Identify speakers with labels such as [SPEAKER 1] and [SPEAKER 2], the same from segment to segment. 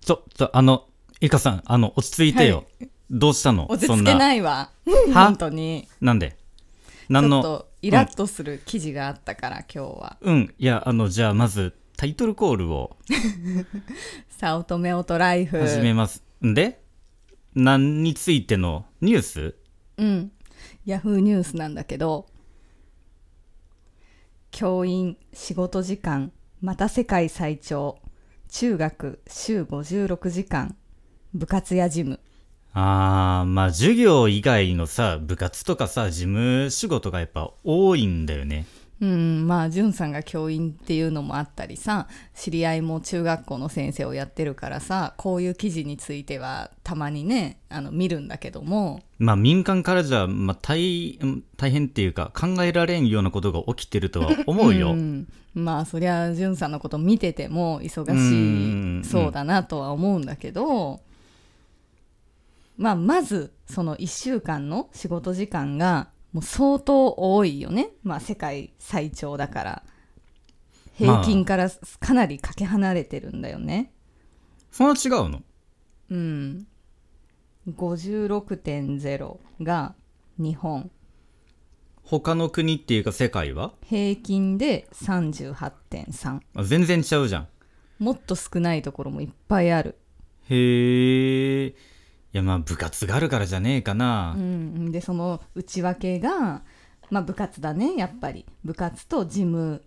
[SPEAKER 1] ちょっと、あの、ゆかさん、あの、落ち着いてよ。どうしたの
[SPEAKER 2] 落ち
[SPEAKER 1] そん
[SPEAKER 2] 着け
[SPEAKER 1] な。
[SPEAKER 2] ないわ
[SPEAKER 1] は
[SPEAKER 2] 本当に
[SPEAKER 1] なんで
[SPEAKER 2] ち
[SPEAKER 1] 何
[SPEAKER 2] ょっ
[SPEAKER 1] の
[SPEAKER 2] とイラッとする記事があったから、今日は
[SPEAKER 1] うん、いや、あの、じゃあ、まず、タイトルコールを
[SPEAKER 2] 早乙女オトライフ
[SPEAKER 1] 始めます。んで何についてのニュース
[SPEAKER 2] うんヤフーニュースなんだけど教員仕事時間また世界最長中学週56時間部活やジム
[SPEAKER 1] あー、まあ、授業以外のさ、部活とかさ、事務仕事がやっぱ多いんだよね。
[SPEAKER 2] うんまあんさんが教員っていうのもあったりさ知り合いも中学校の先生をやってるからさこういう記事についてはたまにねあの見るんだけども
[SPEAKER 1] まあ、民間からじゃ、まあ、大、うん大変っていうか、考えられんようなことが起きてるとは思うよ。
[SPEAKER 2] ん、まあそりゃんさんのこと見てて
[SPEAKER 1] うん
[SPEAKER 2] も
[SPEAKER 1] うんう
[SPEAKER 2] 忙
[SPEAKER 1] ん
[SPEAKER 2] しいそうだなとは思うんだけど、まあ、まずその1週間の仕事時間がもう相当多いよね、まあ、世界最長だから平均からかなりかけ離れてるんだよね。
[SPEAKER 1] そんな違うの
[SPEAKER 2] うん、56.0が日本
[SPEAKER 1] 他の国っていうか世界は
[SPEAKER 2] 平均で38.3
[SPEAKER 1] あ全然ちゃうじゃん。
[SPEAKER 2] もっと少ないところもいっぱいある
[SPEAKER 1] へえ。いや、まあ、部活があるからじゃねえかな。
[SPEAKER 2] うん、でその内訳が、まあ、部活だねやっぱり部活と事務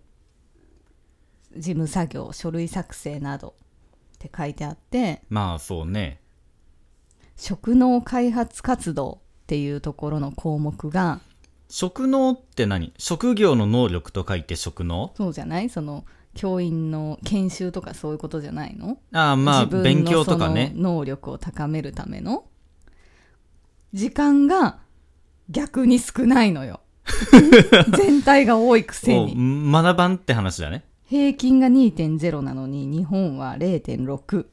[SPEAKER 2] 事務作業書類作成などって書いてあって
[SPEAKER 1] まあ、そうね。
[SPEAKER 2] 職能開発活動っていうところの項目が
[SPEAKER 1] 職能って何職業の能力と書いて職能
[SPEAKER 2] そうじゃないその教員の研修とかそういうことじゃないの
[SPEAKER 1] ああ、まあ、
[SPEAKER 2] 自分の
[SPEAKER 1] 勉強とかね
[SPEAKER 2] そ。の能力を高めるための時間が逆に少ない のよ全体が多いくせ
[SPEAKER 1] お
[SPEAKER 2] に
[SPEAKER 1] 学ばんって話だね。
[SPEAKER 2] 平均が2.0なのに日本は0.6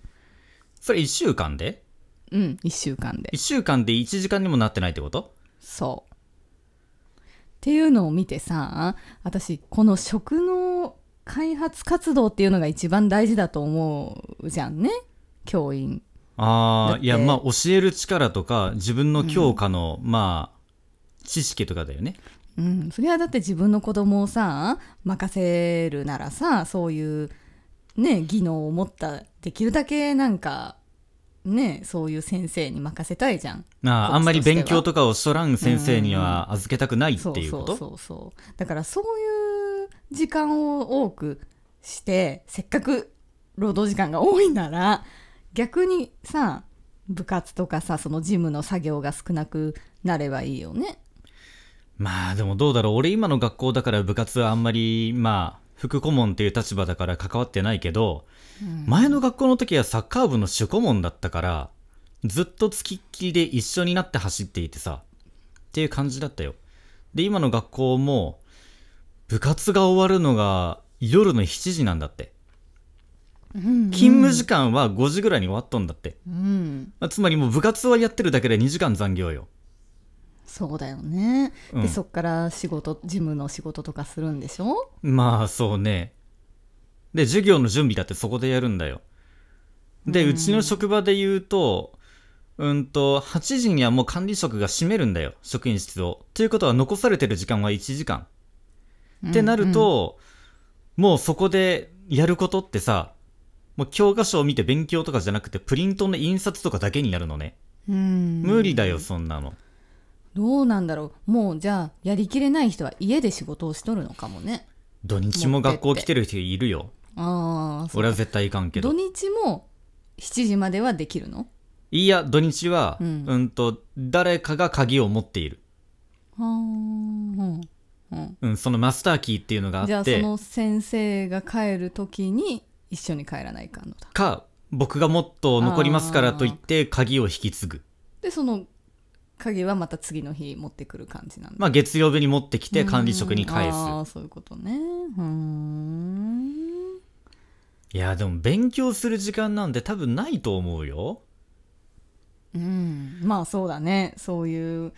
[SPEAKER 1] それ1週間で
[SPEAKER 2] うん1週間で
[SPEAKER 1] ?1 週間で1時間にもなってないってこと
[SPEAKER 2] そうっていうのを見てさ私この食の開発活動っていうのが一番大事だと思うじゃんね教員だ
[SPEAKER 1] あ
[SPEAKER 2] っ
[SPEAKER 1] あ、
[SPEAKER 2] て
[SPEAKER 1] いや、まあ、教える力とか、自分の教科の、まあ、知識とかだよね。
[SPEAKER 2] うんそれはだって自分の子供をさ任せるならさそういうね技能を持ったできるだけなんかねそういう先生に任せたいじゃん
[SPEAKER 1] ま
[SPEAKER 2] こ
[SPEAKER 1] あ、あ
[SPEAKER 2] っち
[SPEAKER 1] んまり
[SPEAKER 2] としては
[SPEAKER 1] 勉強とかをしとらん先生には預けたくないっていうこと
[SPEAKER 2] そうそうそうそうだからそういう時間を多くしてせっかく労働時間が多いなら逆にさ部活とかさその事務の作業が少なくなればいいよね
[SPEAKER 1] まあでもどうだろう俺今の学校だから部活はあんまりまあ副顧問っていう立場だから関わってないけど、前の学校の時はサッカー部の主顧問だったからずっと付きっきりで一緒になって走っていてさっていう感じだったよで今の学校も部活が終わるのが夜の7時なんだって勤務時間は5時ぐらいに終わっとんだって、
[SPEAKER 2] うん
[SPEAKER 1] まあつまりもう部活はやってるだけで2時間残業よ
[SPEAKER 2] そうだよね、
[SPEAKER 1] う
[SPEAKER 2] で
[SPEAKER 1] ん
[SPEAKER 2] そっから仕事事務の仕事とかするんでしょ
[SPEAKER 1] まあそうね。で、授業の準備だってそこでやるんだよ。で、うちの職場で言うと、うんと、8時にはもう管理職が閉めるんだよ、職員室を。ということは残されてる時間は1時間。ってなると、もうそこでやることってさ、もう教科書を見て勉強とかじゃなくて、プリントの印刷とかだけになるのね。
[SPEAKER 2] うん
[SPEAKER 1] 無理だよ、そんなの。
[SPEAKER 2] どうなんだろうもうじゃあやりきれない人は家で仕事をしとるのかもね
[SPEAKER 1] 土日も学校来てる人いるよ。
[SPEAKER 2] ああ
[SPEAKER 1] 俺は絶対いかんけど
[SPEAKER 2] 土。日も7時まではできるの
[SPEAKER 1] いや、土日は、
[SPEAKER 2] う
[SPEAKER 1] うんん、と、誰かが鍵を持っている。
[SPEAKER 2] はあ、うんうん、
[SPEAKER 1] うん、そのマスターキーっていうのが
[SPEAKER 2] じゃ
[SPEAKER 1] あっ
[SPEAKER 2] あそ
[SPEAKER 1] て、
[SPEAKER 2] の先生が帰る時に一緒に帰らないかんのだ
[SPEAKER 1] か、僕がもっと残りますからと言って、鍵を引き継ぐ。
[SPEAKER 2] でその鍵はまた次の日持ってくる感じなんだ
[SPEAKER 1] まあ、月曜日に持ってきて、管理職に返す。
[SPEAKER 2] ああそういうことねうーん
[SPEAKER 1] いや、でも勉強する時間なんて多分ないと思うよ。
[SPEAKER 2] うんまあそうだねそういう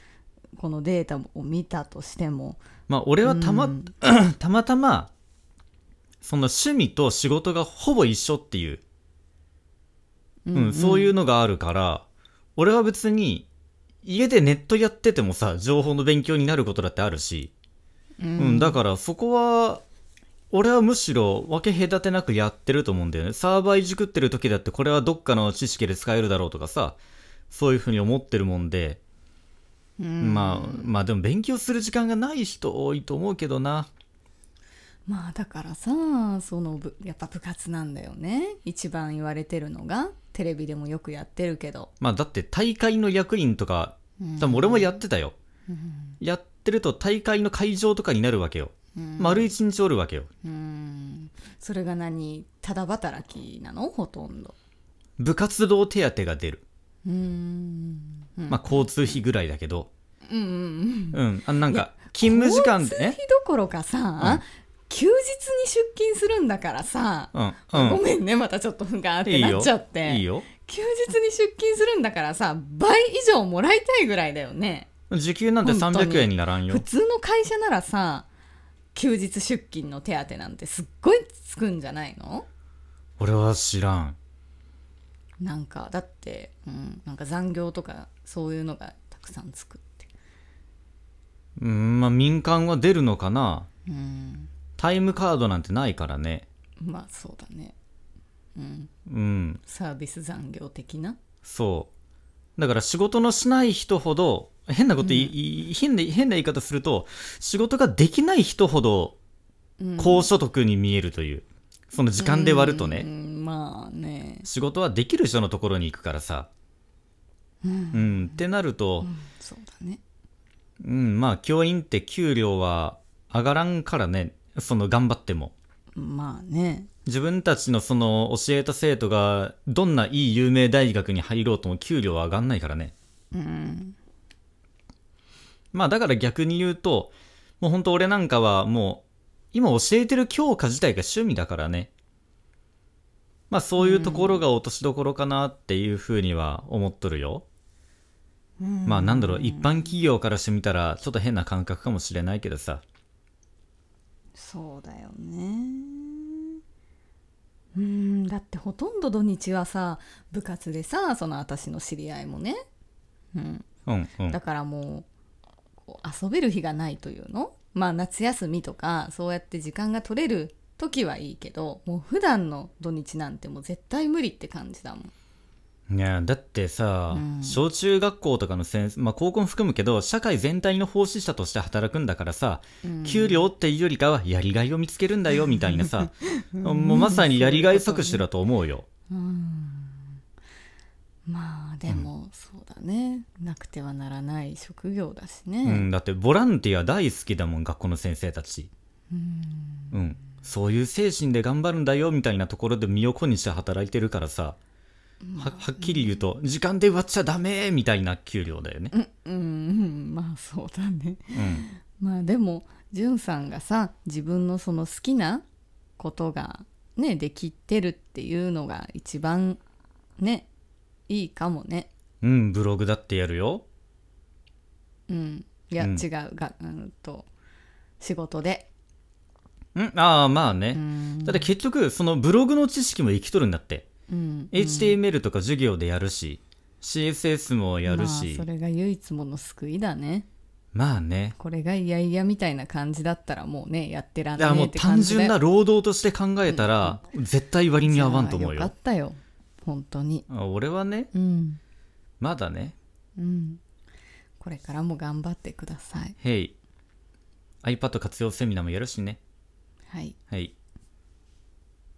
[SPEAKER 2] このデータを見たとしても
[SPEAKER 1] まあ、俺はたま、
[SPEAKER 2] うん
[SPEAKER 1] たまたま、その趣味と仕事がほぼ一緒っていううんそういうのがあるから俺は別に家でネットやっててもさ情報の勉強になることだってあるし、
[SPEAKER 2] う
[SPEAKER 1] うんんだからそこは俺はむしろ分け隔てなくやってると思うんだよねサーバーいじくってる時だってこれはどっかの知識で使えるだろうとかさそういうふうに思ってるもんで、
[SPEAKER 2] うん
[SPEAKER 1] まあまあでも勉強する時間がない人多いと思うけどな
[SPEAKER 2] まあだからさそのぶやっぱ部活なんだよね一番言われてるのがテレビでもよくやってるけど、
[SPEAKER 1] まあだって大会の役員とか
[SPEAKER 2] うん
[SPEAKER 1] 多分俺もやってたよ、
[SPEAKER 2] うん
[SPEAKER 1] やってると大会の会場とかになるわけよ、
[SPEAKER 2] うん
[SPEAKER 1] 丸一日おるわけよ
[SPEAKER 2] うんそれが何ただ働きなのほとんど
[SPEAKER 1] 部活動手当が出る、
[SPEAKER 2] うんうん
[SPEAKER 1] まあ交通費ぐららいだけど
[SPEAKER 2] うんうんう
[SPEAKER 1] う
[SPEAKER 2] ん
[SPEAKER 1] んあなんか勤務時間で
[SPEAKER 2] 交
[SPEAKER 1] ね
[SPEAKER 2] 通費どころかさ、休日に出勤するんだからさ、
[SPEAKER 1] うんうん
[SPEAKER 2] ごめんねまたちょっとふがーっ
[SPEAKER 1] い
[SPEAKER 2] て
[SPEAKER 1] い
[SPEAKER 2] な
[SPEAKER 1] よ
[SPEAKER 2] っちゃって
[SPEAKER 1] いいよ
[SPEAKER 2] 休日に出勤するんだからさ倍以上もらいたいぐらいだよね
[SPEAKER 1] 時給なんて
[SPEAKER 2] 本当に
[SPEAKER 1] 300円にならんよ
[SPEAKER 2] 普通の会社ならさ休日出勤の手当なんてすっごいつくんじゃないの
[SPEAKER 1] 俺は知らん
[SPEAKER 2] なんかだって、うん、なんか残業とかそういうのがたくさんつくって
[SPEAKER 1] うんまあ民間は出るのかな
[SPEAKER 2] うん
[SPEAKER 1] タイムカードなんてないからね
[SPEAKER 2] まあそうだねうん
[SPEAKER 1] うん
[SPEAKER 2] サービス残業的な
[SPEAKER 1] そう。だから仕事のしない人ほど、変なこと言い、いい変な、変な言い方すると、仕事ができない人ほど
[SPEAKER 2] うん、
[SPEAKER 1] 高所得に見えるという、その時間で割るとね、
[SPEAKER 2] うんまあね
[SPEAKER 1] 仕事はできる人のところに行くからさ、
[SPEAKER 2] うん、
[SPEAKER 1] うん、ってなると
[SPEAKER 2] う、んそうだね
[SPEAKER 1] うん、まあ教員って給料は上がらんからね、その頑張っても。
[SPEAKER 2] まあね
[SPEAKER 1] 自分たちのその教えた生徒がどんないい有名大学に入ろうとも給料は上がんないからね。
[SPEAKER 2] うん
[SPEAKER 1] まあだから逆に言うと、もう本当俺なんかはもう、今教えてる教科自体が趣味だからね。まあそういうところが落としどころかなっていうふうには思っとるよ。
[SPEAKER 2] うん
[SPEAKER 1] まあなんだろう、一般企業からしてみたらちょっと変な感覚かもしれないけどさ。
[SPEAKER 2] そうだよねうんだってほとんど土日はさ部活でさその私の知り合いもね、うん、
[SPEAKER 1] うんうん
[SPEAKER 2] だ。からもうこう遊べる日がないというのまあ夏休みとかそうやって時間が取れる時はいいけどもう普段の土日なんてもう絶対無理って感じだもん
[SPEAKER 1] いや、だってさ、
[SPEAKER 2] うん
[SPEAKER 1] 小中学校とかの先生、まあ高校も含むけど、社会全体の奉仕者として働くんだからさ、
[SPEAKER 2] うん
[SPEAKER 1] 給料っていうよりかはやりがいを見つけるんだよみたいなさ、 もうまさにやりがい搾取だと思うよ。
[SPEAKER 2] うんまあでもそうだね、なくてはならない職業だし
[SPEAKER 1] う
[SPEAKER 2] ね、
[SPEAKER 1] ん、だってボランティア大好きだもん学校の先生たち、
[SPEAKER 2] うん
[SPEAKER 1] うん、そういう精神で頑張るんだよみたいなところで身を粉にして働いてるからさははっきり言うと時間で割っちゃダメみたいな給料だよね、
[SPEAKER 2] うんうんまあそうだね
[SPEAKER 1] うん、
[SPEAKER 2] まあでもじゅんさんがさ自分のその好きなことがねできてるっていうのが一番ねいいかもね
[SPEAKER 1] うん、ブログだってやるよ
[SPEAKER 2] うんいや、
[SPEAKER 1] うん
[SPEAKER 2] 違うがうんと仕事で
[SPEAKER 1] うんああまあ
[SPEAKER 2] う
[SPEAKER 1] ね、
[SPEAKER 2] ん
[SPEAKER 1] だって結局そのブログの知識も生きとるんだって、
[SPEAKER 2] うん、
[SPEAKER 1] HTML とか授業でやるし CSS もやるし
[SPEAKER 2] まあ、それが唯一もの救いだね
[SPEAKER 1] まあね
[SPEAKER 2] これがいやいやみたいな感じだったらもうねやってら
[SPEAKER 1] だ
[SPEAKER 2] ん
[SPEAKER 1] か
[SPEAKER 2] ね
[SPEAKER 1] らも
[SPEAKER 2] えっ
[SPEAKER 1] う
[SPEAKER 2] て感
[SPEAKER 1] 単
[SPEAKER 2] じだ
[SPEAKER 1] 純
[SPEAKER 2] よ
[SPEAKER 1] な労働として考えたら絶対割に合わんと思う
[SPEAKER 2] じゃあよ
[SPEAKER 1] よ
[SPEAKER 2] かったよ本当に
[SPEAKER 1] あ俺はね
[SPEAKER 2] うん
[SPEAKER 1] まだね
[SPEAKER 2] うんこれからも頑張ってください
[SPEAKER 1] へい。iPad 活用セミナーもやるしね。
[SPEAKER 2] はい
[SPEAKER 1] はい。